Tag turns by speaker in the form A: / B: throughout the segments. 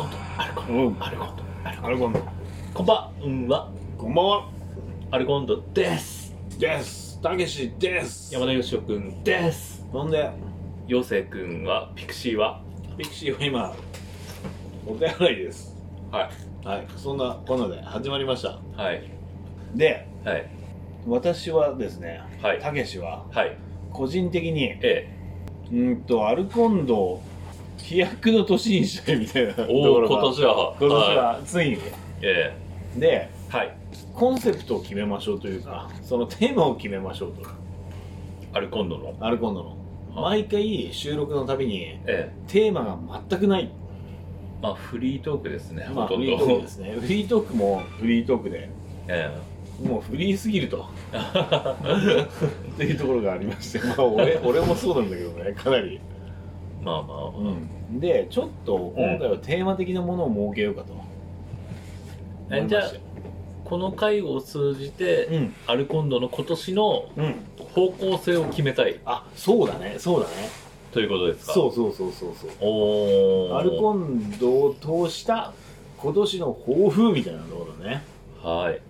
A: うん
B: アルコンドアルコン
A: アルコンド
B: こんばんは
A: こんばんは
B: アルコンドです
A: ですたけしです
B: 山田よしおくんです
A: なんで
B: 陽生くんはピクシーは
A: ピクシーは今お手洗いです
B: は
A: はいそんなこんなで始まりました
B: いはい
A: で
B: はい
A: 私はですね
B: はい
A: たけしは
B: はい
A: 個人的にう
B: え
A: ーんとアルコンドを飛躍の年にしたいみたいなと
B: え
A: こ
B: おお
A: ろ
B: 今
A: が
B: 年は
A: 今年
B: い
A: はついに
B: え
A: で
B: えはい
A: コンセプトを決めましょうというかそのテーマを決めましょうと
B: アルコンドの
A: アルコンドの
B: はい
A: 毎回収録のたびに
B: え
A: テーマが全くな
B: え
A: い
B: まあフリートークですねほ
A: まあフ
B: とん
A: リー
B: ど
A: トークですねフリートークもフリートークで
B: ええ
A: もうフリーすぎるとっていうところがありましてまあ俺俺もそうなんだけどねかなり、
B: まあまあ
A: うん、でちょっと今回はテーマ的なものを設けようかと思いま
B: じゃあ
A: して
B: この回を通じて、
A: うん
B: アルコンドの今年の
A: うん
B: 方向性を決めたい
A: あそうだねそうだね
B: ということですか
A: そうそうそうそうそう
B: おお
A: アルコンドを通した今年の抱負みたいなところね
B: はい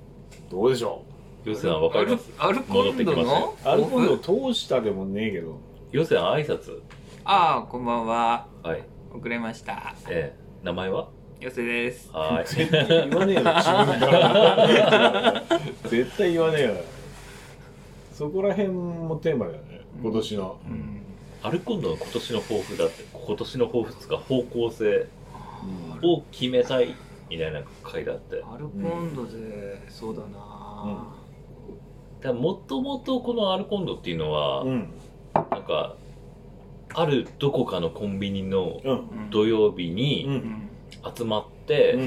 A: どうでしょ
B: ヨセさんわかります
C: アルコンドの
A: うアルコンドを通したでもねえけど
B: ヨセさん挨拶
C: ああこんばんは
B: はい
C: 遅れました
B: ええ名前は
C: よせです
B: はい
A: 絶対言わねえよ自分から絶対言わねえよそこら辺もテーマだよね今年の
C: う、ん
B: アルコンドの今年の抱負だって今年の抱負っつうか方向性を決めたいみたいな回だって
C: アルコンドでそうだな
B: もともとこのアルコンドっていうのは、
A: うんうん
B: なんかあるどこかのコンビニの
A: うん
C: うん
B: 土曜日
A: う
B: に
A: ん
B: 集まって、
A: うん
C: うん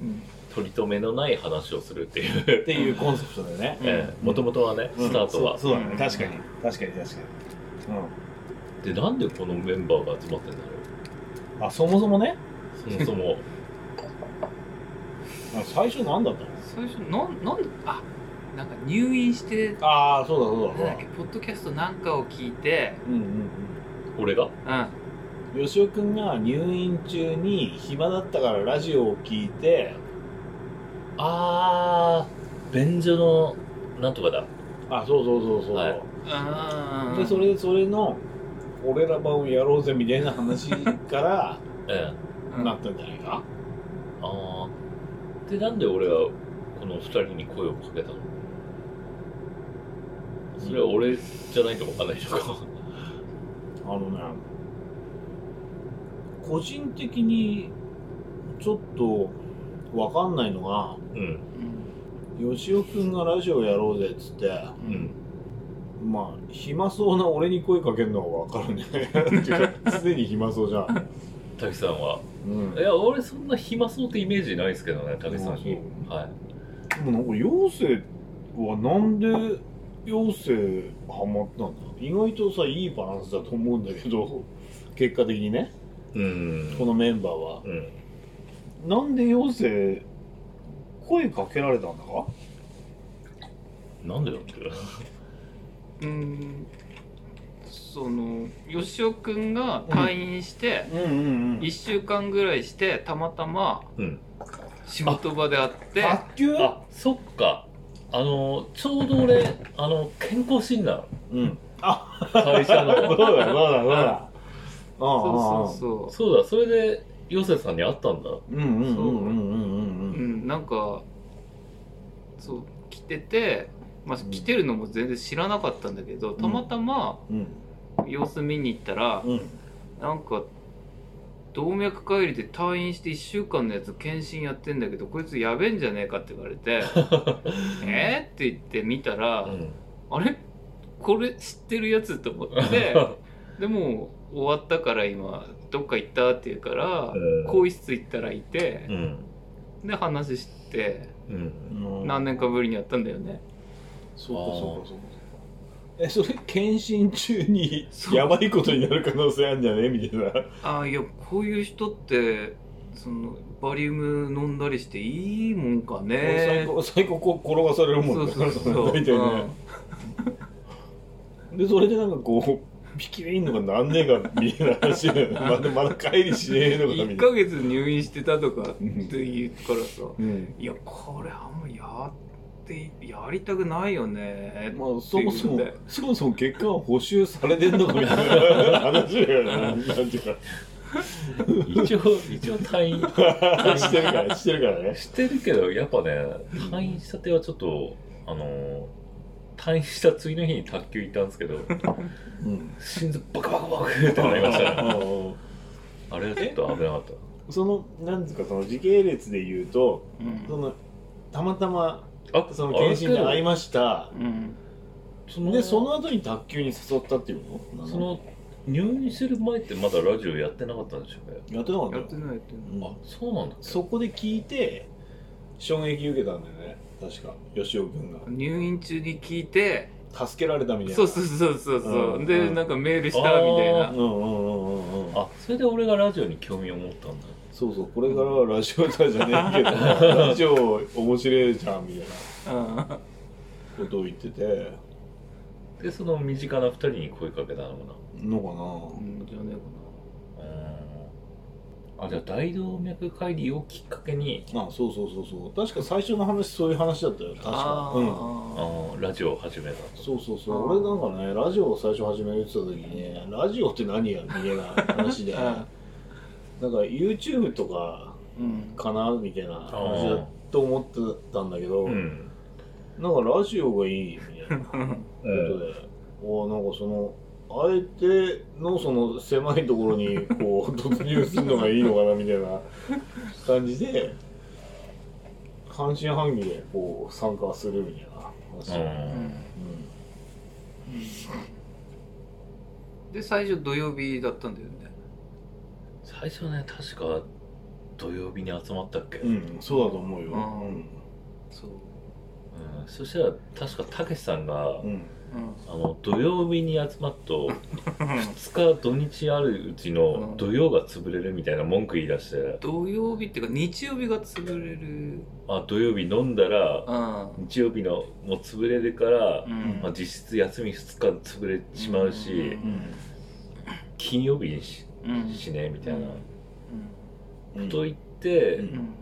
C: うん
B: 取り留めのない話をするっていう
A: っていうコンセプトだよね、
B: ええもともとはね、
A: うん
B: スタートは
A: そうそうだね確かに確かに確かに、
B: でなんでこのメンバーが集まってんだろ
A: うん、あそもそもね
B: うそもそ も
A: あ最初何だったの
C: 最初なんなんであなんか入院して
A: ああそうだそうだ
C: なん
A: そう
C: だ
A: だ
C: っけポッドキャストなんかを聞いて
A: うんうん
B: 俺が
C: うん
A: うん吉尾君が入院中に暇だったからラジオを聞いて
B: あー便所のなんとかだ
A: あそうそうそうそう、
B: はい
C: うん
A: でそれそれの俺ら版をやろうぜみたいな話から
B: ええ
C: うん
A: なったんじゃないか、
B: ああでなんで俺はこの二人に声をかけたのそれは俺じゃないとわかんないでしょうか
A: あのね個人的にちょっとわかんないのが
B: うん
A: 吉尾君がラジオやろうぜっつって
C: う
B: うんん
A: まあ暇そうな俺に声かけるのがわかるね っていうかすでに暇そうじゃん、
B: 滝さんは
A: うん
B: いや俺そんな暇そうってイメージないですけどね滝さんに
A: うん
B: はい
A: でもなんか妖精はなんで妖精ハマったんだ意外とさいいバランスだと思うんだけど結果的にね
B: うん
A: このメンバーは
B: うん
A: なんで妖精声かけられたんだか
B: なんでだっけ
C: うんその吉尾くんが退院して
A: うんうん
C: 1週間ぐらいしてたまたま
B: うん
C: 仕事場で会って
A: 卓球
B: あそっかあのちょうど俺あの健康診断
A: うんあ
B: 会社
A: そう
B: の
A: だそうだそうだ
C: そうそう
A: う
C: そ
B: そうだそれでヨセさんに会ったんだ
A: うんうんうんうんうん
C: う、う
A: うん
C: ん、なんかそう来てて、まあ
A: うん、
C: 来てるのも全然知らなかったんだけどたまたま
A: うん
C: 様子見に行ったら、
A: うん
C: なんか動脈解離で退院して1週間のやつ検診やってんだけどこいつやべえんじゃねえかって言われて「えっ?」って言って見たら「
B: うん
C: あれこれ知ってるやつ?」と思って でもう終わったから今どっか行ったって言うから更衣室行ったらいて
B: うん
C: で話して
B: うん
A: うん
C: 何年かぶりにやったんだよね
A: そうかそうかそうかえそれ検診中にやばいことになる可能性あるんじゃねみたいな
C: ああいやこういう人ってそのバリウム飲んだりしていいもんか
A: 最
C: ね
A: 高 最高こう転がされるも
C: そ
A: ん
C: う
A: ね
C: そうそう
A: 大体ね、でそれでなんかこう匹でいいのかなんねえかみたいな話だよねまだまだ帰りしねえのかみ
C: 1
A: たい
C: ヶ
A: な、
C: 月入院してたとかって言うからさ
A: うん、
C: いやこれあんまやってやりたくないよね
A: まあそもそも
C: っていうこ
A: そもそも結果は補修されてんのかみたいな話だよねなんていうか
B: 一応、一応退院
A: してるからしてるからね
B: してるけど、やっぱね、退院したてはちょっと、あのー、退院した次の日に卓球行ったんですけど、
A: うん
B: 心臓バクバクバクってなりま したね。あれはちょっと危なかった。
A: そのなんですかその時系列で言うと
C: うん
A: そのたまたま
B: あ
A: その検診で会いました
C: うん
B: そ
A: でその後に卓球に誘ったっていうの
B: その入院する前ってまだラジオやってなかったんでしょうね
A: やってなかった
C: や
A: よ
C: ってないやってない
A: うん
B: あそうなんだ
A: そこで聞いて衝撃受けたんだよね確か吉尾君
C: 入院中に聞いて
A: が助けられたみたいな
C: そうそうそうそうそううんでなんかメールしたみたい
B: あ
C: な
A: うんうんうんうんうん
B: あそれで俺がラジオに興味を持ったんだ
A: そうそうこれからはラジオだじゃねえけど ラジオ面白いじゃんみたいな
C: うん
A: ことを言ってて
B: でその身近な2人に声かけたのか
A: のか
C: うんじゃね
B: なうーんあじゃあ大動脈解離をきっかけに
A: なあそうそうそうそう確か最初の話そういう話だったよ確
C: えかな
A: か
C: あ
A: うん
B: あ
C: ー
B: ーラジオを始めた
A: そうそうそう俺なんかねラジオを最初始めるって言った時にねラジオって何やみたいな話で
C: うん
A: なんか YouTube とか
C: うん
A: かなみたいな話だと思ってたんだけど、
B: うん、
A: なんかラジオがいいみたいなこ
B: う
A: とで、
B: ん、
A: おなんかそのあえてのその狭いところに こう突入するのがいいのかなみたいな感じで半信半疑でこう参加するみたいな話、
C: う
B: うん
C: んで最初土曜日だったんだよね
B: 最初ね確か土曜日に集まったっけ、
A: うん、うんそうだと思うよ、
C: うん
A: うん
C: そう
B: うんそしたら確かたけしさんが、
A: うん
C: うん
B: あの土曜日に集まっと2日土日あるうちの土曜が潰れるみたいな文句言い出して、
C: 土曜日っていうか日曜日が潰れる
B: あ、土曜日飲んだら
C: あ
B: 日曜日のもう潰れるから、
C: うん
B: まあ、実質休み2日潰れてしまうし、
C: うん
B: 金曜日にし
C: うん
B: しねみたいな、
A: うん
B: と言って、
A: うん
C: うん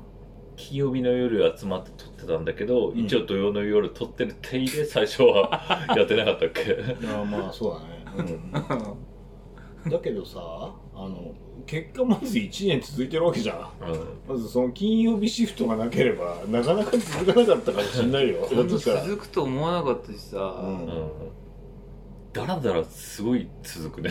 B: 金曜日の夜集まって撮ってたんだけど、
A: うん
B: 一応土曜の夜撮ってる手入れ最初 はやってなかったっけ
A: いやまあそうだね、うん、だけどさあの結果まず1年続いてるわけじゃん
B: うん
A: まずその金曜日シフトがなければなかなか続かなかったかもしれない よだとしたら、
C: 続くと思わなかったし
A: う
C: さ、
B: うん
A: ん、
B: だらだらすごい続くね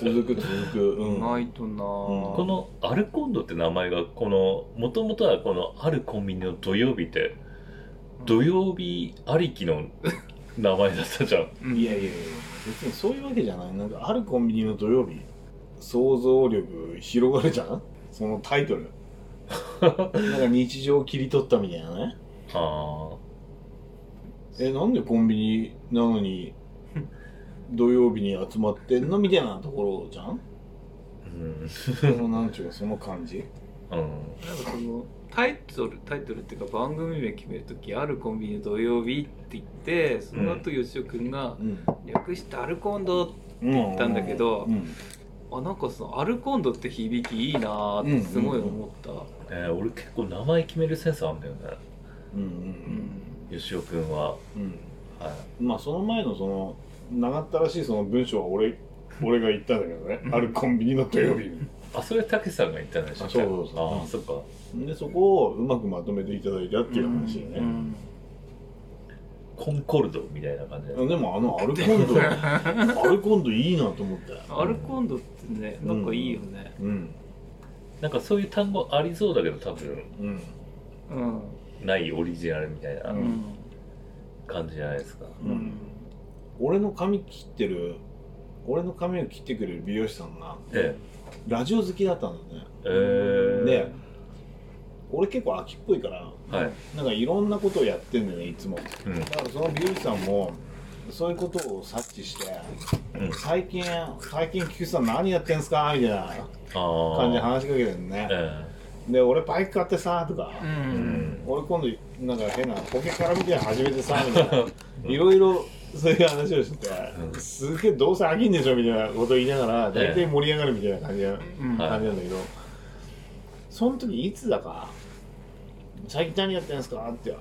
A: 続く続く、うん、
C: ないとな、
A: うん
B: このアルコンドって名前がこのもともとはこのあるコンビニの土曜日って土曜日ありきの名前だったじゃん
C: うん
A: いやいやいや別にそういうわけじゃないなんかあるコンビニの土曜日想像力広がるじゃんそのタイトルなんか日常を切り取ったみたいなね
B: あ
A: えなんでコンビニなのに土曜日に集まってんのみたいなところじゃん
B: ーうん
A: そのなんちゅうかその感じ
B: うん
C: なんかそのタイトルタイトルっていうか番組名決める時あるコンビニの土曜日って言ってその後吉尾君が
A: うん
C: 略してアルコンド
A: 言
C: ったんだけど
A: うん
C: あなんかそのアルコンドって響きいいなーってすごい思った、
B: えー俺結構名前決めるセンスあんだよね
A: うんう
C: うんん
B: 吉尾君は、
A: うん、うん
B: は
A: まあその前のその長ったらしいその文章は俺俺が言ったんだけどねあるコンビニの土曜日
B: い、あそれたけしさんが言ったんでしょ
A: あそうそうそう
B: あーそっか
A: にでそこをうまくまとめていただいたっていう話でね、
B: コンコルドみたいな感じで、
A: でもあのアルコンドアルコンドいいなと思ったよ
C: アルコンドってねなんかいいよね
A: うん
B: なんかそういう単語ありそうだけど多分
A: うん
C: うん
B: ないオリジナルみたいな
C: うん、
B: 感じじゃないですか、
C: うん
A: 俺の髪切ってる俺の髪を切ってくれる美容師さんが
B: え
A: ラジオ好きだったんだよね
B: ええー、
A: ね俺結構秋っぽいから
B: はい、
A: なんかいろんなことをやってんだよねいつも
B: うん
A: だからその美容師さんもそういうことを察知して、
B: うん
A: 最近最近菊池さん何やってんすかみたいな
B: ああ
A: 感じで話しかけてるのね、
B: え
A: で俺バイク買ってさとか、
C: う
B: えうんん
A: 俺今度なんか変なポケカラみたいなの始めてさみたいないろいろそういう話をして、
B: うん
A: すげえどうせ飽きんでしょみたいなこと言いながら
B: ええ
A: 大体盛り上がるみたいな感じな,、
C: うん
B: はい
A: 感じなんだけどその時いつだか「最近何やってるんですか?」って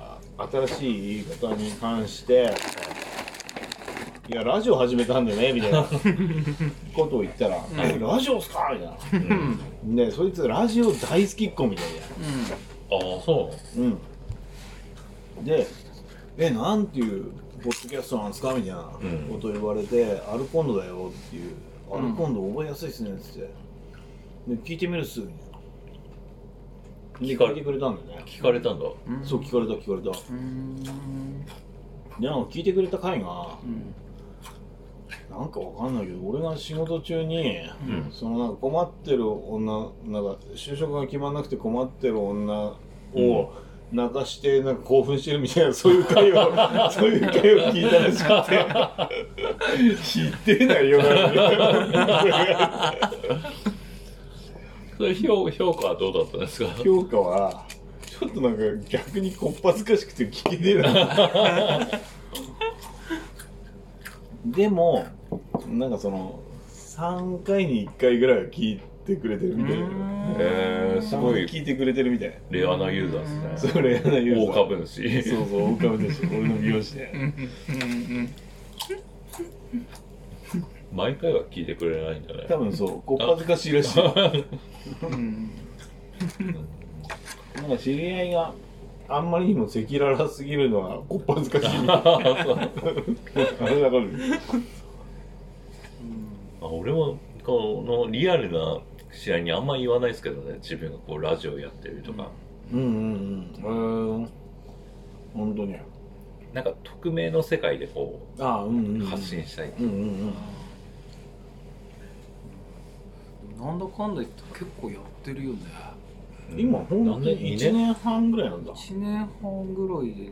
A: 新しい方に関して「いやラジオ始めたんでね」みたい なことを言ったら「えラジオっすか?」みたいな。
B: うん
A: ねそいつラジオ大好きっ子みたいな。
B: ああ、そ
A: うん、で「えなんていうポッドキャストなんですか?」みたいな
B: うん
A: こと言われて「アルコンドだよ」っていう「ア
C: ん
A: ルコンド覚えやすいっすね」っつって「で聞いてみるっす」みたい
B: 聞
A: な
B: かれ
A: で聞いてくれたんだよ
B: う。
A: ね
B: 聞かれたんだ。
C: うん
A: そう聞かれた聞かれた
C: うん
A: でなんか聞いてくれた回が
C: うん
A: なんかわかんないけど俺が仕事中に
B: うん。
A: そのなんか困ってる女なんか就職が決まんなくて困ってる女
B: うん
A: を泣かしてなんか興奮してるみたいなそういう会 をそういう会を聞いたらしく て知ってないよな
B: それ評評価はどうだったんですか
A: 評価はちょっとなんか逆にこっぱずかしくて聞けねえなでもなんかその3回に1回ぐらいは聞いてくれてるみたいな
C: うーん
B: えー、す
A: たま
B: ご
A: に
B: い
A: 聞いてくれてるみたい
B: レアなユーザーですね。
A: それやな言う
B: 大株主。
A: そうそう大株でしょ俺の美容師で
C: うん
B: 毎回は聞いてくれないんだね。
A: 多分そうこっぱずかしいらしい
C: うん
A: なんか知り合いがあんまりにも赤裸々すぎるのはこっぱずかしいみたいなあれだから
B: あ俺もこのリアルな試合にあんま言わないですけどね自分がこうラジオやってるとか、
A: うんうんうんへえ本当に
B: なんか匿名の世界でこ
A: ああうんうんう
B: うん発信したい、
A: うんうん
C: なんだかんだ言って結構やってるよね
A: うん今本当
B: 何年
A: に
B: 二
A: 1
B: 年
A: 年半ぐらいなんだ
C: 1年半ぐらいでね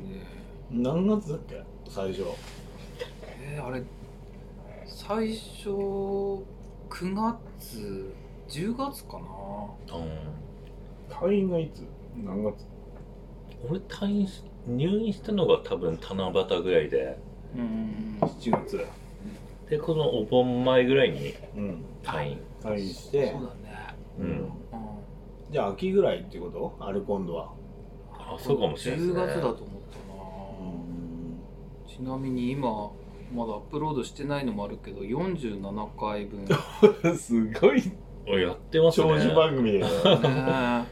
A: 何月だっけ最初
C: えーあれ最初9月10月かな
A: 退院がいつ何月
B: うん、俺退院し入院したのが多分七夕ぐらいで
C: うん
A: 7月
B: でこのお盆前ぐらいに
A: うん
B: 退院
A: 退院して
C: そうだね
B: うん
C: うん
A: じゃあ秋ぐらいってことアルコンドは
B: あそうかもしれないですね
C: 10月だと思っ
A: う
C: たな、
A: ん
C: ちなみに今まだアップロードしてないのもあるけど47回分ね
A: すごい
B: おやってますね
A: 長寿番組だよね
C: え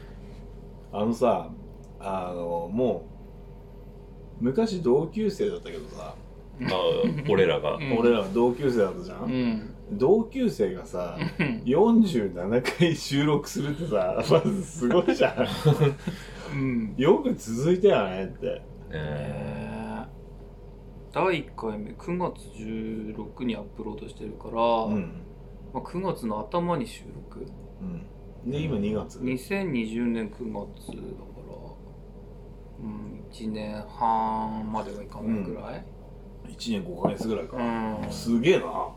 A: あのさあのもう昔同級生だったけどさ、
B: あ俺らが、
C: うん
A: 俺らは同級生だったじゃ、
C: うんん
A: 同級生がさ
C: うん
A: 47回収録するってさまずすごいじゃん
C: うん
A: よく続いたよねって
B: え
C: えー第1回目9月16にアップロードしてるから、
A: うん、
C: まあ、9月の頭に収録
A: うん、で今2月
C: 2020年9月だから、うん、1年半まではいかないぐらい、
A: 1年5ヶ月ぐらいか、
C: うん
A: すげえな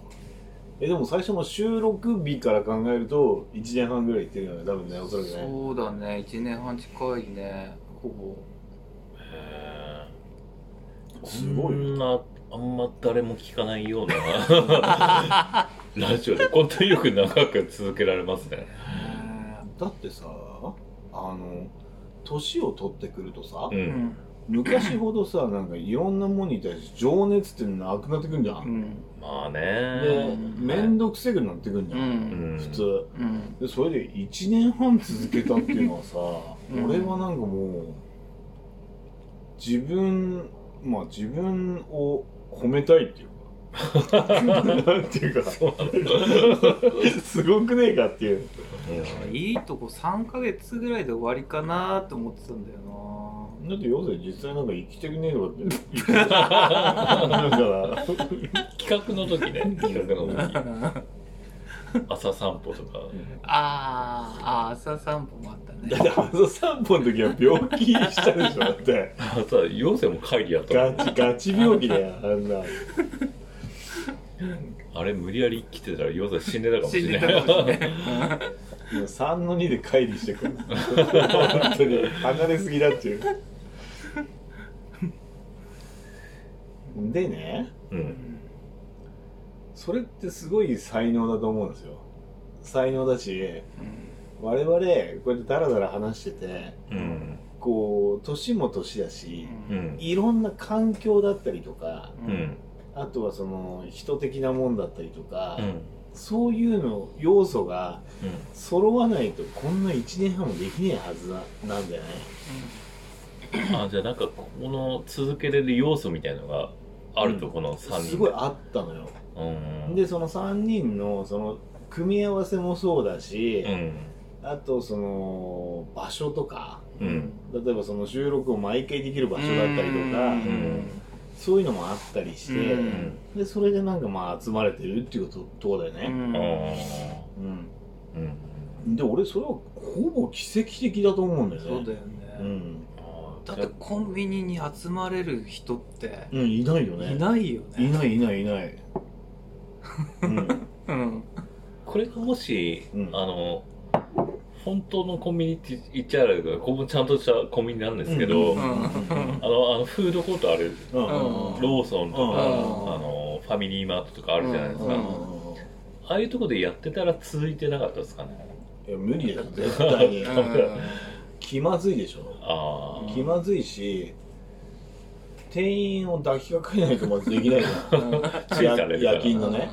A: えでも最初の収録日から考えると1年半ぐらいいってるよね多分ねおそらくね
C: そうだね1年半近いねほぼ
B: え
A: すごい
B: こ
A: よ
B: んなあんま誰も聞かないような ラジオで本当によく長く続けられますね
A: だってさあの年を取ってくるとさ、
B: う
C: うんん
A: 昔ほどさなんかいろんなものに対して情熱ってなくなってくんじゃ、
C: うんん
B: まあ
A: で
B: ね
C: ん
A: 面倒くせくなってくんじゃ、
C: うんん
B: うん
A: 普通
C: うん
A: でそれで1年半続けたっていうのはさ、
C: うん
A: 俺はなんかもう自分まあ自分を褒めたいっていうか なんていうかすごくねえかっていう
C: いいとこ3ヶ月ぐらいで終わりかなと思ってたんだよな
A: だって要するに実際なんか生きてくねえとかって言ってただから
B: 企画の時ね企画の時朝散歩とか
C: あーあー朝散歩もあった
A: だって
C: ね
A: 朝散歩の時は病気したでしょだって
B: あとは陽性も会議やったも
A: ガ
B: んね
A: チガチ病気だよあんな
B: あれ無理やり来てたら陽性死んでたかもし
C: 死ん
B: れ
C: で
B: な
C: た
B: い
C: かもしれない
A: 3の2で乖離して くる本当に離れすぎだっていうでね
B: うん
A: それってすごい才能だと思うんですよ才能だし
C: うん
A: 我々こうやってダラダラ話してて
B: うん
A: こう年も年だし
B: う
C: うん
B: ん
A: いろんな環境だったりとか
B: うんうん
A: あとはその人的なもんだったりとか、
B: うん
A: そういうの要素が揃わないとこんな1年半もできねえはずななんだよね
B: あじゃあなんかこの続けれる要素みたいのがあるとこの3人
A: すごいあったのよ
B: うん
A: でその3人のその組み合わせもそうだし
B: う、ん
A: あとその場所とか
B: うん
A: 例えばその収録を毎回できる場所だったりとか、
C: うん
A: そういうのもあったりして、
C: うん
A: でそれでなんかまあ集まれてるっていうこととこだよ
C: う
A: ね、
B: うん
C: ん
A: うん
B: うん
A: で俺それはほぼ奇跡的だと思うんだよね
C: そうだよ
A: う
C: ね
A: ん、
C: だってコンビニに集まれる人って
A: うん、いないよね
C: いないよ
A: い
C: ね
A: ないいないいない。うん、
C: うん
B: これがもし、
A: うん
B: あの本当のコンビニって言っちゃあれだけどここもちゃんとしたコンビニなんですけど、
A: うん
B: あ
C: うん
B: のあのフードコートある
A: うん
C: うん
B: ローソンとか、
A: うん
B: あのファミリーマートとかあるじゃないですか、
C: うん
B: ああいうとこでやってたら続いてなかったですかね
A: いや無理だよ絶対に
C: うん
A: 気まずいでしょ
B: ああ
A: 気まずいし店員を抱きかかえないとまずできないじゃ
B: 注意されるから
A: 夜勤のね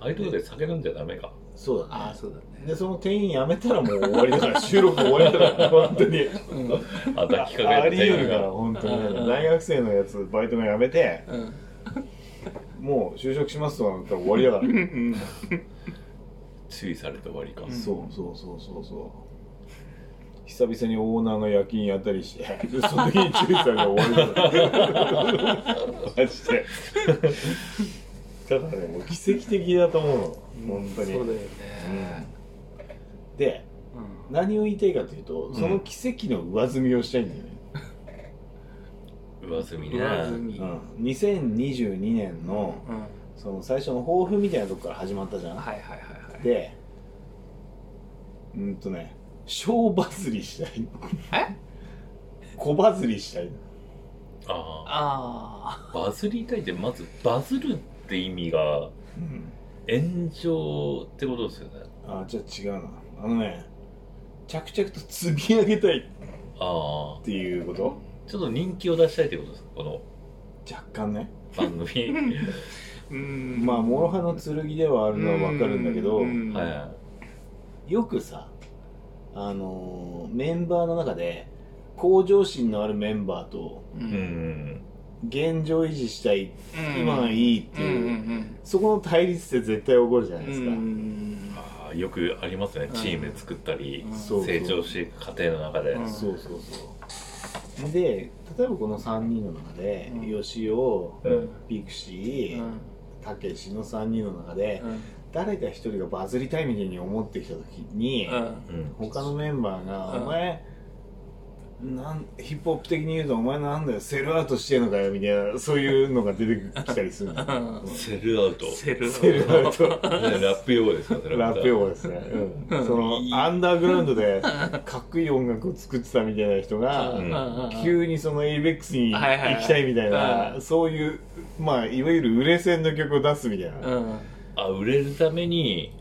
B: ああいうとこで酒飲んじゃダメか
A: んそう
C: あ
A: だ
C: あ
A: ね
C: そうだね
A: でその店員辞めたらもう終わりだから収録終わりだから本当に
C: うん
B: あ抱きか
A: あ
B: か
A: あ
B: える
A: り得
B: 店員
A: るから
B: が
A: 本当
C: うん
A: に大学生のやつバイトが辞めて
C: うん
A: もう就職しますとかなったら終わりだから
C: うん
B: 注意されて終わりか、
C: うん
A: そうそうそうそうそう久々にオーナーが夜勤やったりしてその時に注意されて終わりだからマジでただねもう奇跡的だと思うの本当に、
C: そうだよ
A: うん
C: ね
A: で
C: うん
A: 何を言いたいかというとその奇跡の上積みをしたいんだよね、
B: 上積みね
C: 上積み
A: うん2022年の
C: うんは
A: その最初の抱負みたいなとこから始まったじゃ
C: い
A: ん、
C: はいはいはい
A: でうんとね小バズりしたい
C: え
A: 小バズりしたい
B: あ
C: あ
B: あバズりたいってまずバズるって意味が
A: うん
B: 炎上ってことですよね
A: あじゃあ違うなあのね着々と積み上げたい
B: ああ
A: っていうこと
B: ちょっと人気を出したいってことですかこの
A: 若干ね
B: 番組
C: あうん
A: まあ諸刃の剣ではあるのはわかるんだけど
C: うん
B: は
A: よくさあのーメンバーの中で向上心のあるメンバーと
C: う
B: いうん
A: 現状維持したい
C: うん
A: 今がいいって
C: うん
A: いう、
C: うん
A: そこの対立って絶対起こるじゃ
C: う
A: ない
C: ん
A: で
C: う
A: すか、
C: ん
B: あーよくありますねチーム作ったり
C: うん
A: そう
B: 成長していく過程の中で
C: うん
A: そうそうそうで例えばこの3人の中で、
C: うん
A: よしお
B: うん
A: ピクシ
C: う
A: ー
C: ん
A: たけしの3人の中で、
C: うん
A: 誰か一人がバズりたいみたいに思ってきた時に、
C: うん
B: うん
A: 他のメンバーが「
C: うん
A: お前なんヒップホップ的に言うとお前なんだよセルアウトしてんのかよ」みたいなそういうのが出てきたりするの
B: セルアウト
C: セル
A: セルアウト
B: ラップ用語ですかそれ
A: ラップ用語ですね、うんそのアンダーグラウンドでかっこいい音楽を作ってたみたいな人が
B: うん
A: 急にその ABEX に
C: はいはいはい
A: 行きたいみたいな
C: うん
A: そういうまあいわゆる売れ線の曲を出すみたいな、
C: うん
B: あ売れるために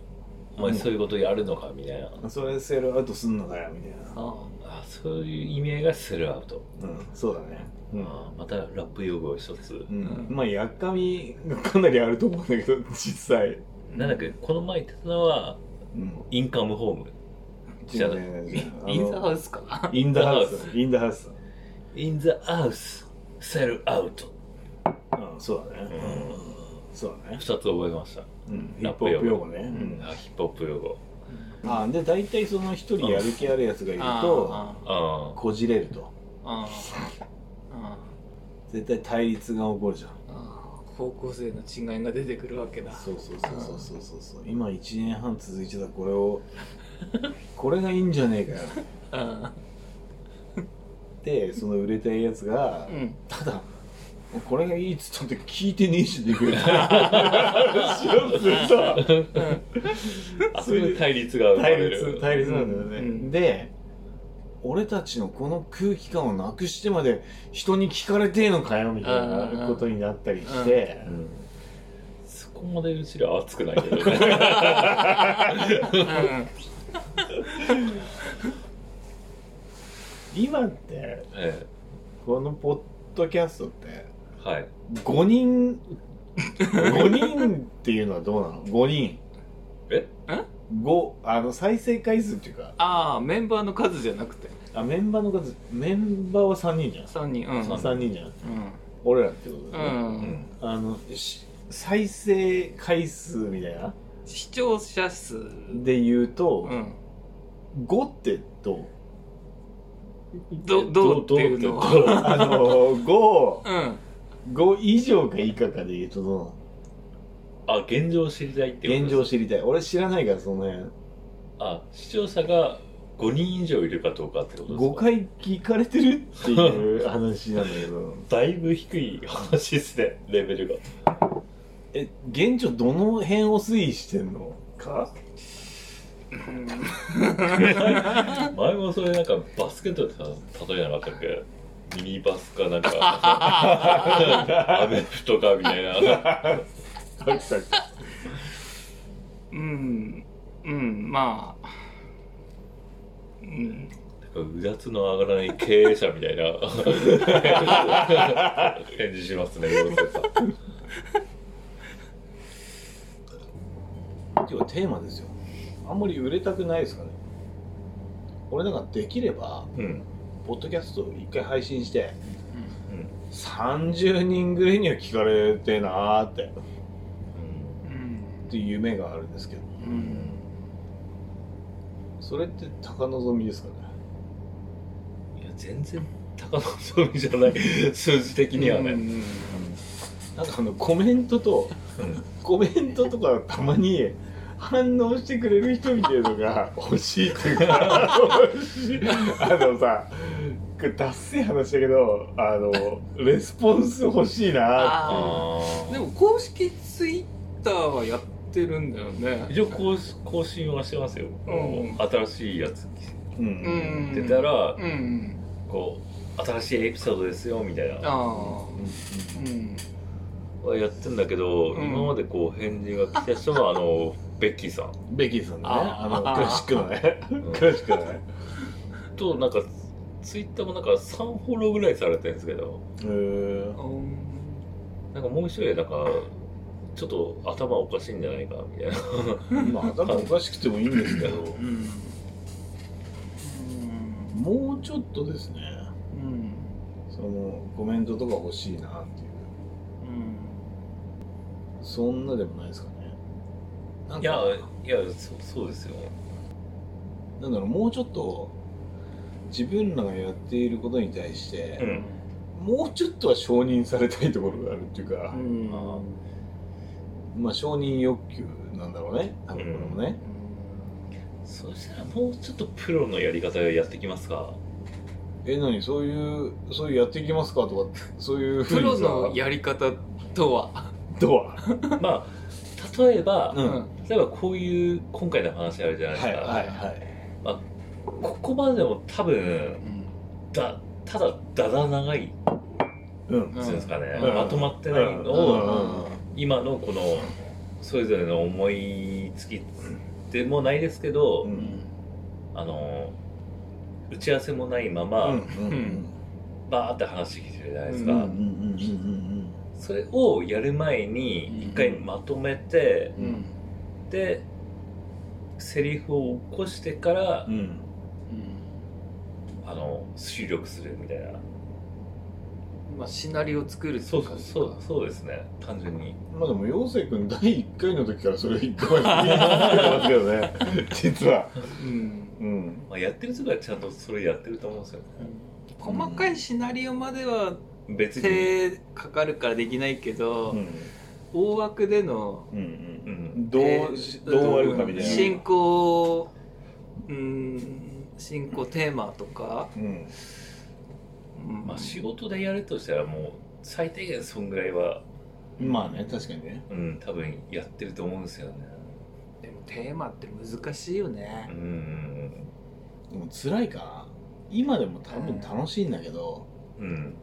B: お前そういうことやるのかみたいな
A: それセルアウトすんのかよみたいな、
C: あ
B: あそういう意味合いがセルアウト
A: うん、そうだね、うん
B: あーまたラップ用語を一つ
A: うん
C: うん
A: まあやっかみがかなりあると思うんだけど実際、
B: なんだっけこの前言ってたのは
A: うん、
B: インカムホームじゃあ
C: インザハ
A: ウ
C: ウスか
A: スインダハウスインダハウス
B: In the house セルアウト
A: うんそうだね、うん、そうだね
B: 二、つ覚えました
A: うん、ヒ
B: ラ
A: ッ
B: ップ
A: プホ
B: 用語
A: ップ用語ね、うん
B: あヒップホップ用語
A: あで大体その一人やる気あるやつがいると
C: あ
B: あ
A: こじれると
C: あああ
A: 絶対対立が起こるじゃん
C: あ方向性の違いが出てくるわけだ
A: そうそうそうそうそうそうそう今1年半続いてたこれ をこれがいいんじゃねえかよ
C: うん
A: でその売れたいやつが
C: うん
A: ただこれがいいっつったって聞いてねえしでくれ た 話をする と
B: ああそういう対立が生ま
A: 対
B: れ
A: 立
B: る
A: 対立なんだよね、
C: うん
A: で俺たちのこの空気感をなくしてまで人に聞かれてえのかよみたい
C: うんうんう
A: なんことになったりして、
B: うんそこまでうちら熱くないけどね
A: 今って
B: え
A: このポッドキャストって
B: えはい
A: 5人5人っていうのはどうなの5人
B: え
A: 5あの再生回数っていうか
C: ああメンバーの数じゃなくて
A: あメンバーの数メンバーは3人じゃん
C: 3人うん
B: 三
A: 3人じゃん俺らってこと
C: う
A: だよね、
C: ん、
B: う
C: うん、
B: ん
A: あのし再生回数みたいな
C: 視聴者数う
A: で言うと、
C: ん
A: 5ってどう
C: どどうっていうのは
B: どう
A: あの5
C: うん
A: 5以上か以下かで言うとどうな
B: あ
A: の
B: 現状知りたいってこと
A: 現状知りたい俺知らないからその辺
B: あ視聴者が5人以上いるかどうかってことです
A: 5
B: か
A: 回聞かれてるっていう話なんだけど
B: だいぶ低い話ですねレベルが
A: え現状どの辺を推移してんのか
B: 前もそれなんかバスケットで例えなかったっけミニバスかなんかアメフトかみたいな
A: あったっけ
C: うんうんまあうん
B: うだつの上がらない経営者みたい な返事しますねヨーゼフさん
A: 今日はテーマですよあんまり売れたくないですかね俺なんかできれば
B: うん
A: ポッドキャスト一回配信して30人ぐらいには聞かれてえなーってっ
C: うんうん
A: ていう夢があるんですけど
B: う
C: う
B: ん
C: ん
A: それって高望みですかね
B: いや全然高望みじゃない 数字的には
C: う
B: ね
C: ん
A: なんかあのコメントと
B: うん
A: コメントとかたまに反応してくれる人みたいのが欲しいと いうかあのさこれダッセい話だけどあのレスポンス欲しいな
C: あーでも公式ツイッターはやってるんだよね
B: 一応更新更新はしてますよ、
C: うん
B: 新しいやつ
A: ーうん
C: うん
B: 出たら、
C: うん
B: こう新しいエピソードですよみたいな
C: ああうん
B: はやってんだけど、
C: うん
B: 今までこう返事が来た人はあのベッキーさん
A: ベッキーさんのね
C: あ
A: あ
C: ー
A: のクラシックのね
B: ん
A: クラシックのね
B: となんかツイッターもなんか3フォローぐらいされてるんですけど
A: うーん
B: なんかもう一人なんかちょっと頭おかしいんじゃないかみたいな
A: まあ頭おかしくてもいいんですけど
C: うん
A: もうちょっとですね
C: うん
A: そのコメントとか欲しいなっていう
C: うん
A: そんなでもないですかねなん
B: い
A: か
B: や いやそそうですよ
A: なんだろうもうちょっと自分らがやっていることに対して
B: う、
A: もうちょっとは承認されたいところがあるっていうか
C: う、ん
B: あ
A: まあ承認欲求なんだろうね多分これもね、
B: そしたらもうちょっとプロのやり方やってきます か
A: えなにそういうそういうやっていきますかとかそういうふ
C: プ
A: うに
C: ロ
A: さ
C: のやり方とは
A: とは
B: まあ例えば、
A: うん
B: 例えばこういう今回の話あるじゃないです
A: は
B: か
A: い、はいはい
B: ここまでも多分だただだだ長い
A: うん
B: っていうんですかね、
A: うん
B: まとまってないの
A: うん
B: を、今のこのそれぞれの思いつきでもないですけど、
A: うん
B: あの打ち合わせもないま
A: う
B: ま、
A: んうんうん
B: バーって話してきてるじゃないです
A: うんうんう
B: か、
A: んうんうん
B: それをやる前に一回まとめて、
C: うん
B: でセリフを起こしてから、
A: うんうん
B: あの収録するみたいな
C: まあシナリオ作る
B: そうそうそうそうですね単純に
A: まあでも陽く君第1回の時からそれ1回まで言ってますけどね実は
C: うん
A: うん
B: まあ、やってる人がちゃんとそれやってると思うんですよね
C: 細かいシナリオまでは
B: 別に、
C: 手かかるからできないけど
A: うん
C: 大枠での
A: うん
B: うん、
A: どう、
C: えー
A: しどう終わるかみたいな。
C: 進行うん進行テーマとか、
A: うん。
C: うん
B: まあ、仕事でやるとしたらもう最低限そんぐらいは、
A: まあね、確かにね。
B: うん、多分やってると思うんですよね
C: でもテーマって難しいよ
B: う
C: ね
B: ん
A: でも辛いかな。今でも多分楽しいんだけど、
B: うん、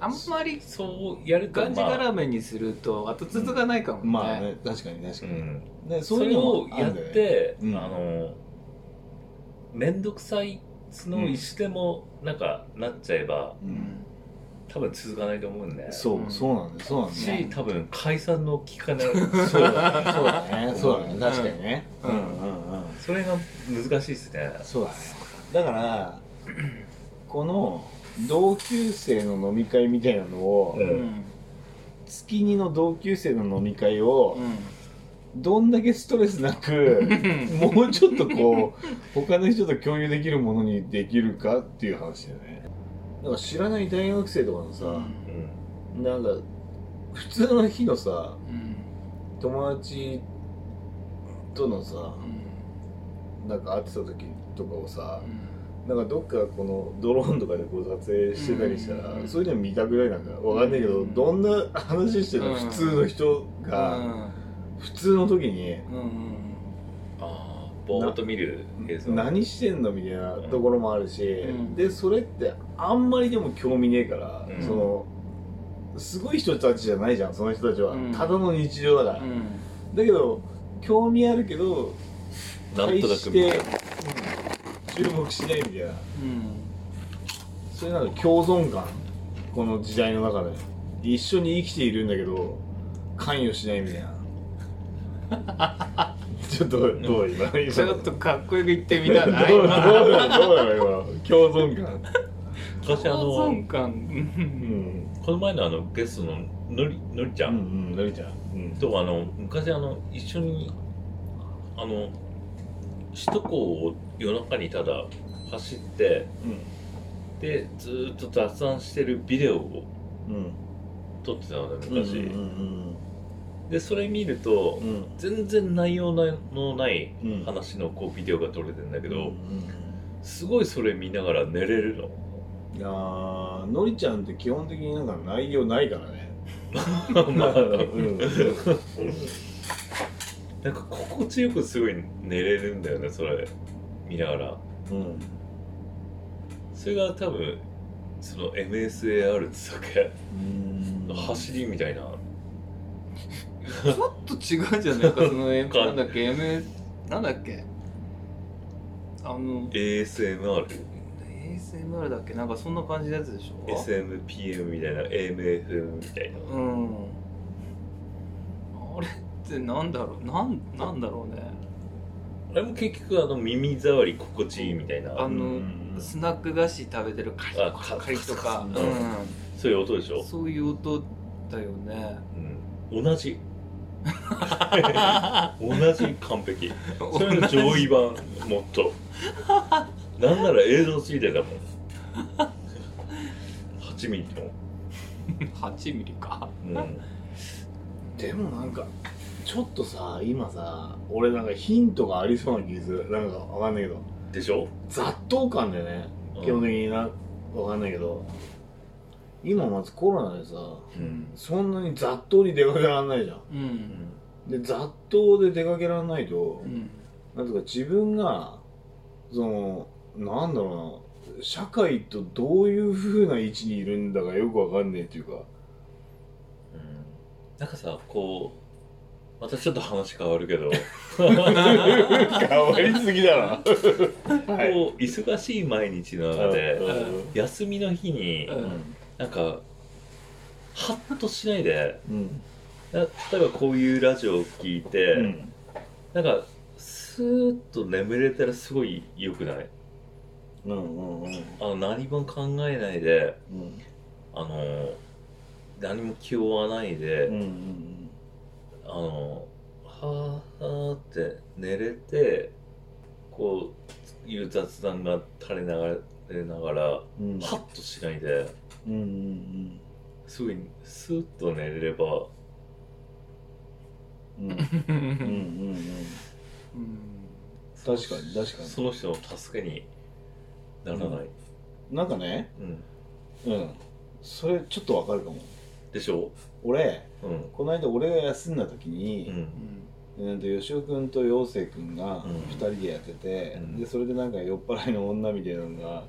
C: あんまり
B: そうやると
C: がんじがらめにすると後続がないかもね。
A: まあね確かに確
B: う
A: かに、
B: ん、
A: ね
B: それをやっ、て、
A: うん
B: あの面倒くさいの石でもなんかなっちゃえば
A: う
C: うんん
B: 多分続かないと思うんで
A: そう、
C: うん
A: そうなんだよそうなん
B: し、
A: だよ、
B: 多分解散の効かないそ
A: そう
B: う
A: だねそうだねそうだね
B: うん
A: 確かにね
C: うん
A: うんうん
B: それが難しいですね
A: そうだねだから この同級生の飲み会みたいなのを、
B: うん
C: うん
A: 月2の同級生の飲み会を、
C: う
A: どんだけストレスなく
C: ん
A: もうちょっとこう他の人と共有できるものにできるかっていう話だよねなんか知らない大学生とかのさ、
B: うん
A: なんか普通の日のさ
C: うん
A: 友達とのさなんか会ってた時とかをさなんかどっかこのドローンとかでこう撮影してたりしたら、
C: うん
A: そういうの見たくないなんかわかんないけど、
C: うん
A: どんな話してるの、
C: うん
A: 普通の人が、普通の時に、
C: うんうん
B: ああぼーっと見る映像
A: 何してんのみたいなところもあるし、
C: うん
A: でそれってあんまりでも興味ねえから、
B: うん
A: そのすごい人たちじゃないじゃんその人たちは、
C: うん
A: ただの日常だから、
C: うん
A: だけど興味あるけど
B: なんとな
A: 対
B: く
A: し
B: 見る
A: てうん注目しないみたいな
C: うん
A: そういうなんか共存感この時代の中で一緒に生きているんだけど関与しないみたいな ちょっとどう今今
C: ちょっとかっこよく言ってみ
A: どう
C: た
A: どう
C: な
A: だ
C: い
A: ろう今共存感
B: 昔あ
C: 共
B: の
C: 存感うん
B: この前のあのゲストののりのりちゃ、
A: うんんうんのりちゃんうん
B: とあの昔あの一緒にあの首都高を夜中にただ走ってでずーっと雑談してるビデオを
A: うん
B: 撮ってたのね
A: うん
B: 昔、
A: うん
B: でそれ見ると、
A: うん
B: 全然内容のない
A: うん
B: 話のこうビデオが撮れてんだけ
A: け
B: ど、すごいそれ見ながら寝れるの
A: いやーのりちゃんって基本的になんか内容ないからね
B: まあ
A: うん
B: なんか心地よくすごい寝れるんだよねそれ見ながら
A: うん
B: それが多分その MSAR つったっけ
A: うん
B: 走りみたいな
C: ちょっと違うじゃないかその M なんだっけ M なんだっけあの
B: ASMR
C: ASMR だっけなんかそんな感じのやつでしょ
B: SMPM みたいな AMFM みたいな
C: うんあれってなんだろうなんなんだろうね
B: あれも結局あの耳障り心地いいみたいな
C: あ
A: う
C: の
A: ん
C: スナック菓子食べてるカリ
B: あ
C: カリカリとか、
A: カリカリ
C: う
B: そういう音でしょ
C: ん、、そういう音だよね。
B: うん、同じ同じ完璧それの上位版もっとなんなら映像ついてたもん8ミリの
C: 8ミリか。
B: うん
A: でもなんかちょっとさ今さ俺なんかヒントがありそうな気がするなんかわかんないけど
B: でしょ、
A: 雑踏感だよね
B: うん
A: 基本的になわかんないけど今まずコロナでさ
B: うん
A: そんなに雑踏に出かけられないじゃん
C: う。
B: うんん
A: で雑踏で出かけられないと、
C: うん。
A: なんとか自分がそのなんだろうな社会とどういう風な位置にいるんだかよくわかんねえっていうか
B: うんなんかさこうまたちょっと話変わるけど
A: 変わりすぎだな はい
B: こう忙しい毎日の中で休みの日に
C: うん
B: なんかハッとしないで
A: うん
B: な例えばこういうラジオを聞いて、
A: うん
B: なんかスーッと眠れたらすごい良くない
A: うんうんうん
B: あの何も考えないで
A: うん
B: あの何も気負わないで、
A: うんうん
B: あのはーはーって寝れてこういう雑談が垂れ流れながらハ
A: うん
B: ッとしないで
A: うんうん
B: すぐにスーッと寝れれば
A: うんうん
C: う。
A: うんん確かに確か
B: その人の助けにならない、
A: になんかね
B: うん、
A: うんそれちょっとわかるかも
B: でしょ
A: 俺
B: うん
A: この間俺が休んだ時に、
B: うん
A: うんと吉尾君と陽く君が
B: うん
A: 2人でやってて、
B: うん
A: でそれでなんか酔っ払いの女みたいなのが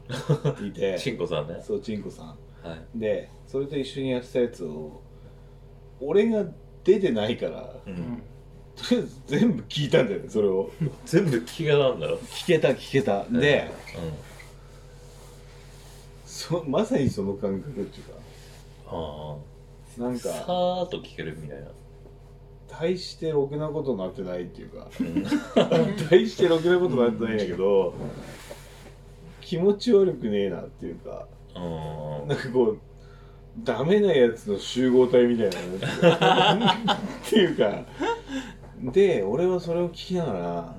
A: いて
B: ちんこさんね。
A: そうちんこさ
B: はい。
A: んでそれと一緒にやってたやつを俺が出てないから
B: う
C: うん
B: ん、
A: とりあえず全部聞いたんだよねそれを
B: 全部気がなんだろ。
A: 聞けた聞けたで、
B: うん、
A: そまさにその感覚っていうか
B: あ
A: なん
B: あ。さ
A: か
B: ーっと聞けるみたいな。
A: 大してろくなことなってないっていうか
B: うん
A: 大してろくなことなってないんだけど気持ち悪くねえなっていうか
B: うん
A: なんかこうダメなやつの集合体みたいなね っていうかで俺はそれを聞きながら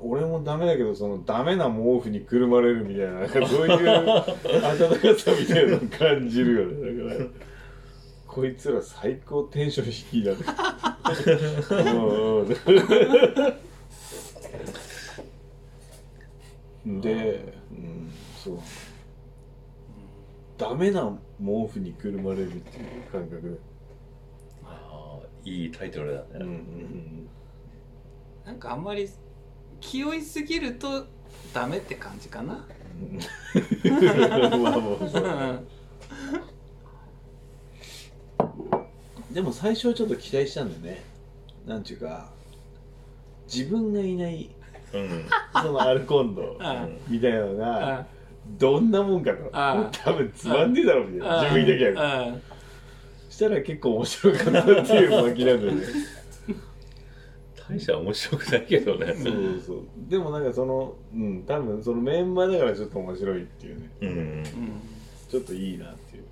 A: 俺もダメだけどそのダメな毛布にくるまれるみたいななんかそういう温かさみたいなのを感じるよねだからこいつら最高テンション低いだねうんうんで、うん、そうダメな毛布にくるまれるっていう感覚
B: あーいいタイトルだね。
A: だ、ん
C: なんかあんまり気負いすぎるとダメって感じかな
A: うん、まあもう
C: う
A: そ
C: ん
A: うでも最初はちょっと期待したんだよねなんていうか自分がいない
B: うん。
A: そのアルコンド
C: うん
A: みたいなの
C: う
A: が
C: ん
A: どんなもんかと
C: ああ
A: 多分つまんねえだろみたいな自分いなきゃ
C: うん
A: したら結構面白かったっていう巻きなんだよね
B: 大した面白くないけどね。
A: そうそうでもなんかそのうん多分そのメンバーだからちょっと面白いっていうね
B: うん。
C: うん
A: ちょっといいなっていう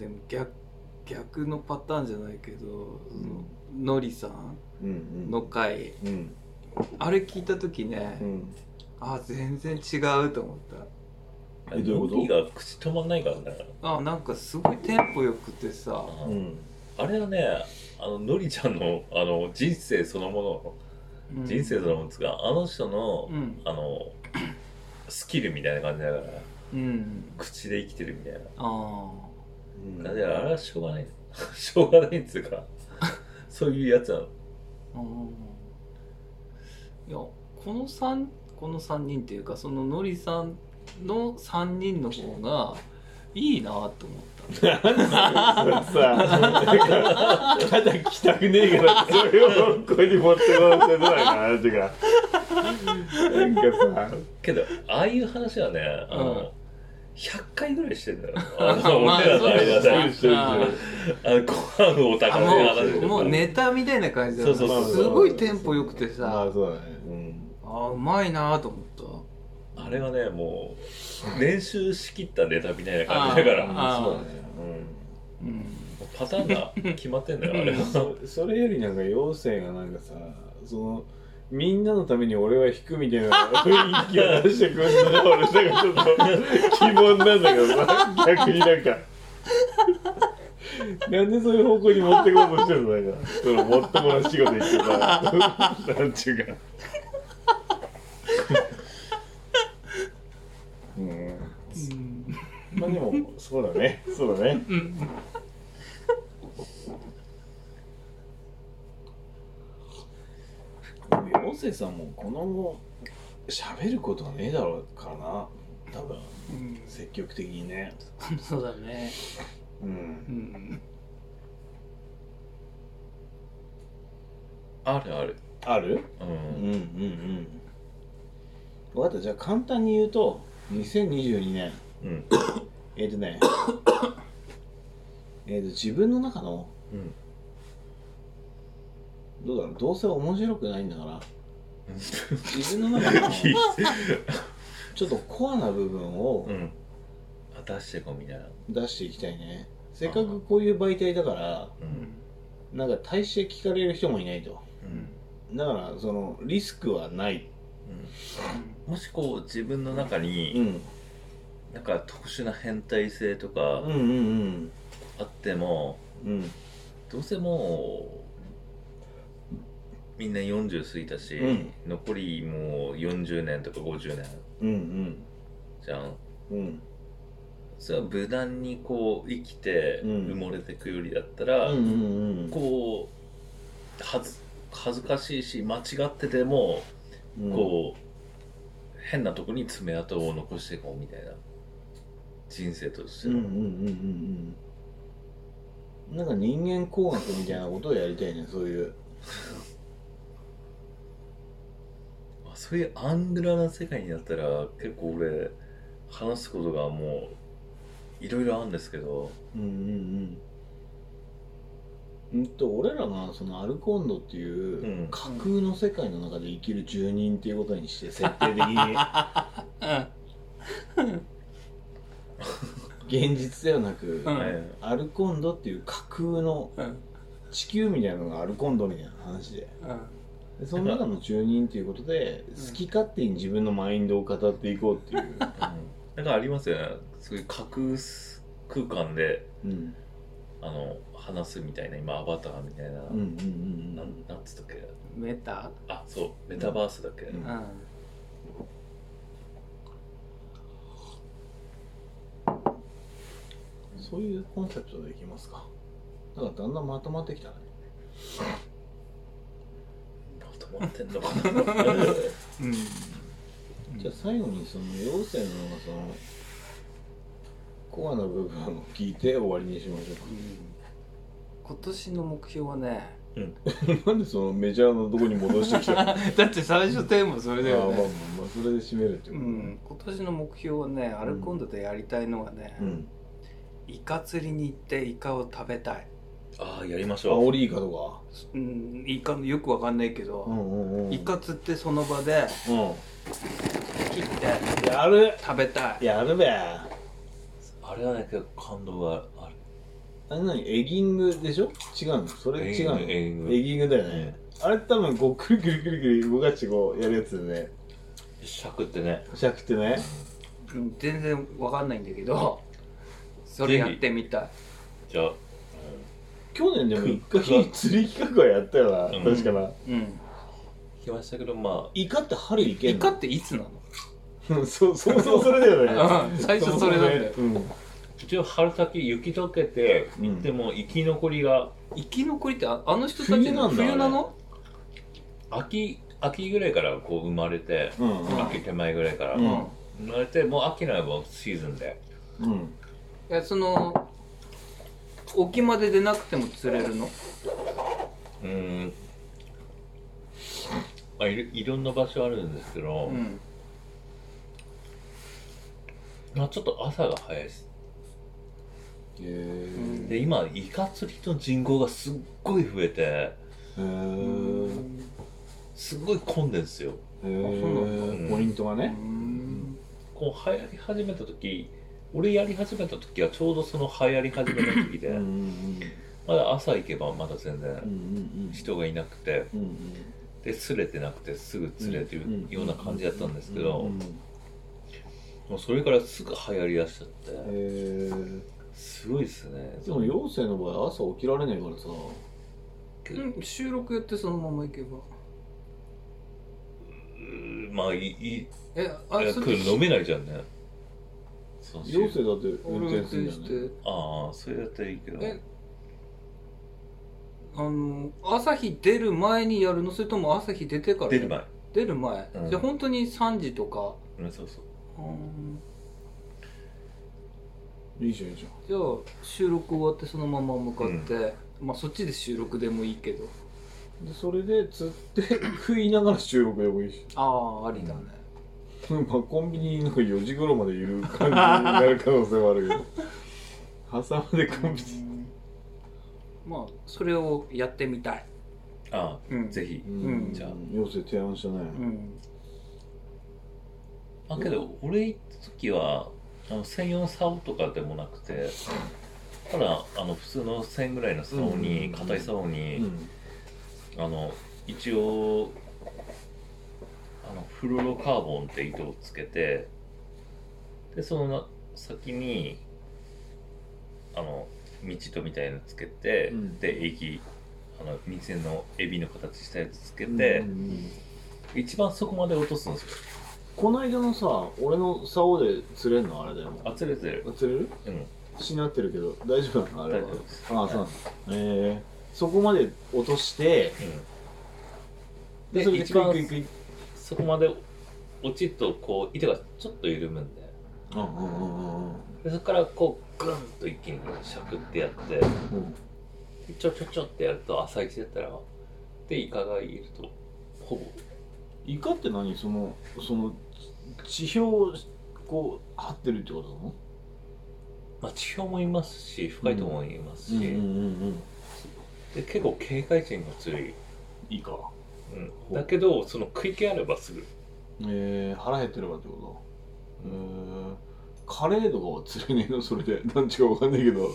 C: でも逆逆のパターンじゃないけど、その
A: う
C: のりさん
A: うんうん
C: の回
A: うん
C: あれ聞いた時ね、
A: うん
C: あ全然違うと思っ
A: えどういうこと
B: 耳が口止まんないからね。
C: たあなんかすごいテンポよくてさ
A: うん
B: あれはね、あの、のりちゃんの、あの、人生そのもの、
C: うん
B: 人生そのものですが、あの人の
C: う、ん
B: あの、スキルみたいな感じだから、
C: うん
B: 口で生きてるみたいな。
C: あ
B: だからあれはしょうがない。 しょうがないっつうか、そういうやつなの。
C: あうんいやこの三この3人っていうかそののりさんの3人の方がいいなと思った
A: なんかさ、ただ来たくねえから、それをここに持ってこうってどうやな、話が。なんかさ、
B: けど、ああいう話はね、あの、100回ぐらいしてんだよ。あの、
C: まあ
B: 俺らの間で。
A: そうしてるしてる
B: あのご飯をお
C: あ
B: 高めの話
C: も
B: で
C: うもうネタみたいな感じだ
B: そうそうそう
C: すごいテンポよくてさ、
A: まあそうだね。うん。
C: あーうまいなと思った
B: あれはねもう練習しきったネタみたいな感じだからもう
C: あー
A: そうだね。
C: うん
B: パターンが決まってんだよあれ
A: うん。
B: は
A: そ それよりなんか妖精がなんかさ、その、みんなのために俺は弾くみたいな雰囲気を出してくるのが俺なんかちょっと疑問なんだけどさ、逆になんか。 なんでそういう方向に持ってこうとしてるのなんか、そのもっともらしいこと言ってさ、 なんちゅうか。うん。まあでも、そうだね、そうだね。妖精さんもこの後喋ることはねえだろうからな多分積極的にね
C: うんそうだね
A: う
C: うんん
B: あるある
A: ある
B: う
A: うん
B: ん
A: うん分かったじゃあ簡単に言うと2022年
B: うん
A: えっ、とね えっと自分の中の
B: うん
A: どうだろうどうせ面白くないんだ から自分の中のちょっとコアな部分を
B: うんあ出してこうみたいな
A: 出していきたいね、せっかくこういう媒体だから
B: うん
A: なんか大して聞かれる人もいないと
B: うん
A: だからそのリスクはない、
B: うんもしこう自分の中に
A: ん、
B: なんか特殊な変態性と
A: う
B: か
A: んうん
B: あっても
A: うんうん
B: どうせもうみんな40過ぎたし、
A: うん
B: 残りもう40年とか50年
A: うん
B: じゃん
A: うんうん
B: それは無難にこう生きて
A: うん
B: 埋もれていくよりだったら、
A: うんうんうん
B: こうはず恥ずかしいし間違ってても
A: うん
B: こう、変なとこに爪痕を残していこうみたいな人生として
A: うんう
B: の、
A: んうんうんうんなんか人間工学みたいなことをやりたいねそういう
B: あそういうアングラな世界になったら結構俺話すことがもういろいろあるんですけど
A: うんうんうんうんと俺らがそのアルコンドっていう
B: うん
A: 架空の世界の中で生きる住人っていうことにして設定的に現実ではなく、
C: うん
B: はい
A: アルコンドっていう架空の
C: うんうん
A: 地球みたいなのがアルコンドみたいな話ででその中の住人っていうことで
C: うん
A: 好き勝手に自分のマインドを語っていこうっていう、
B: うん、なんかありますよねそういう架空す空間で
A: うん、
B: あの話すみたいな今アバターみたいな、
A: うんうんうんう
B: なんんなんつったっけ
C: メタ
B: あそうメタバースだっけ、
A: うん
C: う
A: そういうコンセプトでいきますかなんかだんだんまとまってきたね
B: まとまってんのかな
C: んうん
A: じゃあ最後にその妖精のそのコアな部分を聞いて終わりにしましょ
C: 今年の目標はね
A: うか なんでそのメジャーのとこに戻してきた ああ
C: だって最初テーマそれだ
A: まあ
C: よ
A: まあ
C: ね
A: まあそれで締めるって
C: う
A: こと
C: ん、今年の目標はねアルコンドでやりたいのはね、
A: うん
C: イカ釣りに行ってイカを食べたい、
B: ああやりまし
A: あ
B: ょ
A: オ
B: う
A: リイカと
C: うん、イカのよくわかんないけど、
A: かんうんう
C: イカ釣ってその場で
A: う
C: 切って
A: んやる
C: 食べたい
A: やるべあ
B: あれはね結構感動がある
A: れ何エギングでしょ違うのそれ違うの
B: エギングエギング
A: エギングだよねあれ多分こうくるくるくるくる動かしてこうやるやつだよね
B: 尺ってね
A: 尺ってね
C: うん全然わかんないんだけどそれやってみたい
B: じゃあ
A: 去年でも一回釣り企画はやったよな
B: うん
A: 確かな
C: うん、
B: 聞きましたけどま
A: イカって 春いけ
C: イ
A: ん
C: カ
A: の
C: っていつなの、
A: うんそうそもそもそれだよね
C: うん、最初それなんだよ
A: そもそもね
B: あ一応春先雪解けて
A: うん
B: でも生き残りが
C: 生き残りってああの人たち
A: 冬な
C: の
A: んだ
C: 冬なの
B: 秋秋ぐらいからこう生まれて
A: うんうん
B: 秋手前ぐらいから
A: う
B: 生
A: ん
B: まれてもう秋ならもうシーズンで
A: うん
C: いやその沖まで出なくても釣れるの
B: うーんまあいろいろんな場所あるんですけど、
C: うん
B: まあちょっと朝が早いです
A: へー
B: で今イカ釣りの人口がすっごい増えて
A: へー
B: すごい混んでんですよ
A: へ
C: そう
B: なん
A: ー
B: だ
A: ポイントが
C: う
A: ね
C: ん
B: こう流行り始めた時俺やり始めた時はちょうどその流行り始めた時で、
A: うんうん
B: まだ朝行けばまだ全
A: うんう
B: 然
A: ん
B: 人がいなくて
A: うんうん
B: で釣れてなくてすぐ釣れて
A: うんうん
B: るような感じだったんですけど、
A: うんうん
B: もうそれからすぐ流行りだしちゃって、
A: へー
B: すごいですね
A: でも妖精の場合朝起きられないからさ
C: うん収録やってそのまま行けば
B: うーまあいい
C: え
B: あ
C: あそれ
B: 飲めないじゃんねそう
A: 妖精だって運
C: 俺運
A: 転す
C: 転
A: る
C: し
A: ん
C: て
A: だよね
B: ああそれだったらいいけど
C: えあの朝日出る前にやるのそれとも朝日出てから
B: 出る前
C: 出る前、
B: うん
C: じゃあ本当に3時とか、
B: うんそうそう
C: うん
A: いいじゃんいいじゃん
C: じゃあ収録終わってそのまま向かって、まあそっちで収録でもいいけど
A: でそれで釣って食いながら収録でもいいし
C: ああありだね、
A: まあコンビニなんか4時頃までいる感じになる可能性もあ るけど挟までコンビニ
C: まあそれをやってみたい、
B: あ
C: うん
B: あぜひ、
C: うん
B: じゃあ
A: 妖精提案したね
C: うん、
B: あけど俺行った時はあの専用の竿とかでもなくてただあの普通の1000円ぐらいの竿
A: うん
B: に硬い竿
A: う
B: に、
A: ん
B: あの一応あのフルロカーボンって糸をつけてでそのな先にあの道とみたいのつけて、
A: うん
B: で駅あの店のエビの形したやつつけて、
A: うんうん
B: 一番そこまで落とすんですよ
A: この間のさ俺の竿で釣れんのあれだよ
B: あつれてる
A: 釣れる
B: うん
A: しなってるけど大丈夫なのあ
B: 大
A: れ
B: 丈
A: は
B: 夫です
A: ああそうなのへえそこまで落として
B: うん
A: で
B: で
A: それで
B: 一番
A: クイクイクイクイ
B: そこまで落ちるとこう糸がちょっと緩むんで
A: うんうんうんうんうん
B: でそこからこうグンと一気にしゃくってやって
A: うん
B: でちょちょちょってやると朝一だったらでイカがいるとほぼ
A: イカって何そのその地地表をこう張ってるってことなの
B: まあ地表もいますし深いところもいますし、
A: んうん
B: で結構警戒心が強い、
A: イカ
B: うん
A: ほう
B: だけどその食い気あればすぐ
A: えー、腹減ってればってことうんカレーとかは釣れねえのそれで なんちかわかんないけ ど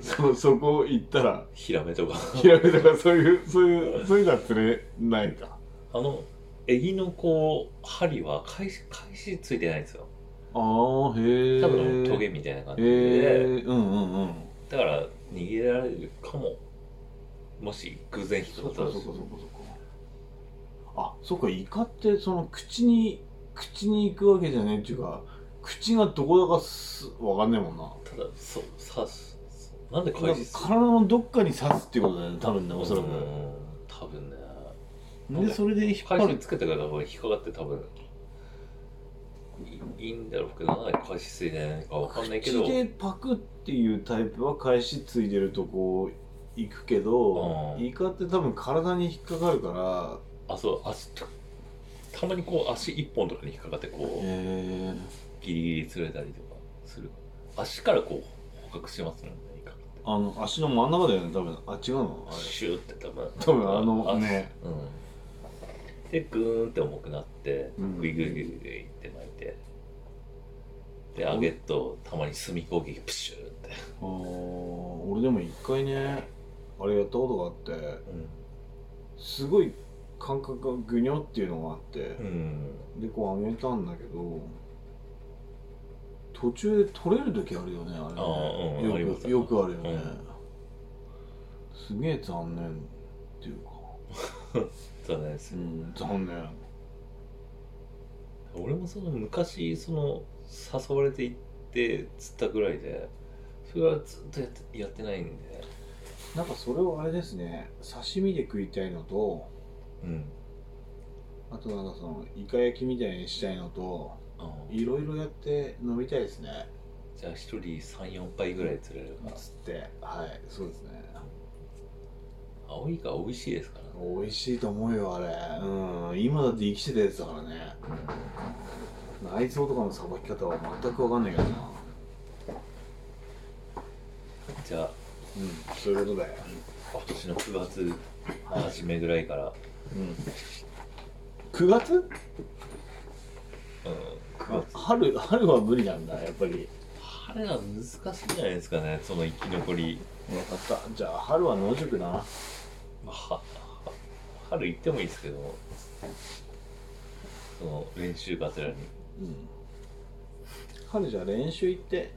A: そそこ行ったら
B: ヒラメとか
A: ヒラメとかそういうそういうそういうのは釣れないか
B: あのエギのこう針は返し返しついてないんですよ
A: ああへえ
B: 多分トゲみたいな感
A: へ
B: じで、
A: えうんうんうん
B: だから逃げられるかももし偶然引っ
A: そ
B: か
A: っ
B: か
A: か
B: った
A: そっ
B: ら
A: かそっかそっかあそっかイカってその口に口に行くわけじゃねえっていうか口がどこだかすわかんねえもんな
B: ただそう刺すなんで
A: なん
B: 返
A: か
B: しする
A: 体のどっかに刺すってことだよね多分ねおそらく
B: うん多分ね
A: でそれで引っ張
B: 返し
A: る
B: つけたからこれ引っかかって多分いいいんだろうけどなんで返しついてないのかわかんないけど
A: 口でパクっていうタイプは返しついてるとこう行くけど、
B: うん
A: イカって多分体に引っかかるから
B: あそう足とたまにこう足一本とかに引っかかってこう
A: えー、
B: ギリギリ釣れたりとかする足からこう捕獲しますもんねイカって
A: あの足の真ん中だよね多分あ違うのあれ
B: シューって多分
A: 多分あのね
B: うん、でグーンって重くなって
A: うん
B: グイグイグイグイって巻いてで上げとたまに隅攻撃プシューって、
A: あー俺でも一回ねあれやったことがあってすごい感覚がグニョっていうのがあって
B: う、ん、
A: でこう上げたんだけど途中で取れる時あるよねあれね
B: あーうんあり
A: よ
B: ま
A: く
B: す
A: よくあるよね、
B: うん
A: すげえ残念っていうか、
B: そうなんです
A: う
B: よ
A: ん、残念
B: 俺もその昔その誘われて行って釣ったぐらいでそれはずっとやってやってないんで、
A: なんかそれをあれですね刺身で食いたいのと
B: うん、
A: あとなんかそのイカ焼きみたいにしたいのと
B: あ
A: いろいろやって飲みたいですね
B: じゃあ一人34杯ぐらい釣れるから
A: つってはいそうですね
B: 青いが美味しいですからね
A: 美味しいと思うよあれうん今だって生きてたやつだからね内臓とかのさばき方は全く分かんないからな
B: じゃあ
A: うんそういうことだよ
B: 今年の9月
A: はい
B: 初めぐらいから、
A: うん9月
B: うん、9月
A: 春春は無理なんだやっぱり
B: 彼ら難しいんじゃないですかねその生き残り、
A: 分かったじゃあ春は野宿な
B: まあは、は春行ってもいいですけどその練習がてらに
A: うん春じゃあ練習行って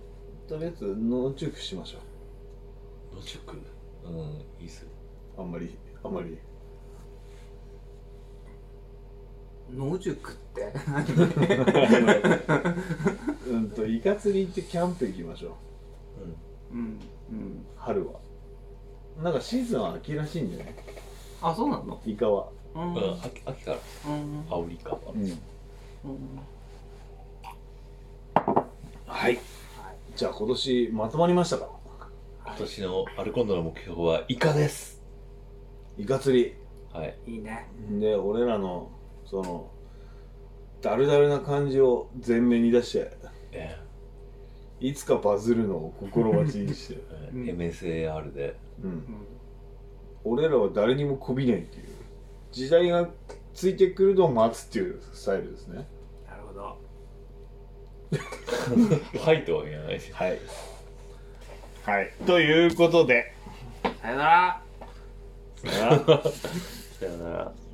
A: とりあえず野宿しましょ
B: 野宿うんいいっすよ
A: うあんまりあんま り
C: 野宿って
A: うんとイカ釣り行ってキャンプ行きましょう
B: うん
C: うんうん
A: 春はなんかシーズンは秋らしいんじゃない
C: あそうなの
A: イカは
C: うん
B: うん、秋秋から
C: うん
B: アオリイカは
A: うん
C: うん
A: はいじゃあ今年まとまりましたか
B: 今年のアルコンドの目標はイカです
A: イカ釣り
B: はい
C: いいね
A: で俺らのそのダルダルな感じを前面に出して
B: え、
A: いつかバズるのを心待ちにして
B: え
C: うん
B: MSAR で
A: うん、
C: ん
A: 俺らは誰にも媚びないっていう時代がついてくるのを待つっていうスタイルですね
C: なるほど
B: はいとは言わないです
A: はいはいと いうことで
C: さよなら
B: さよなら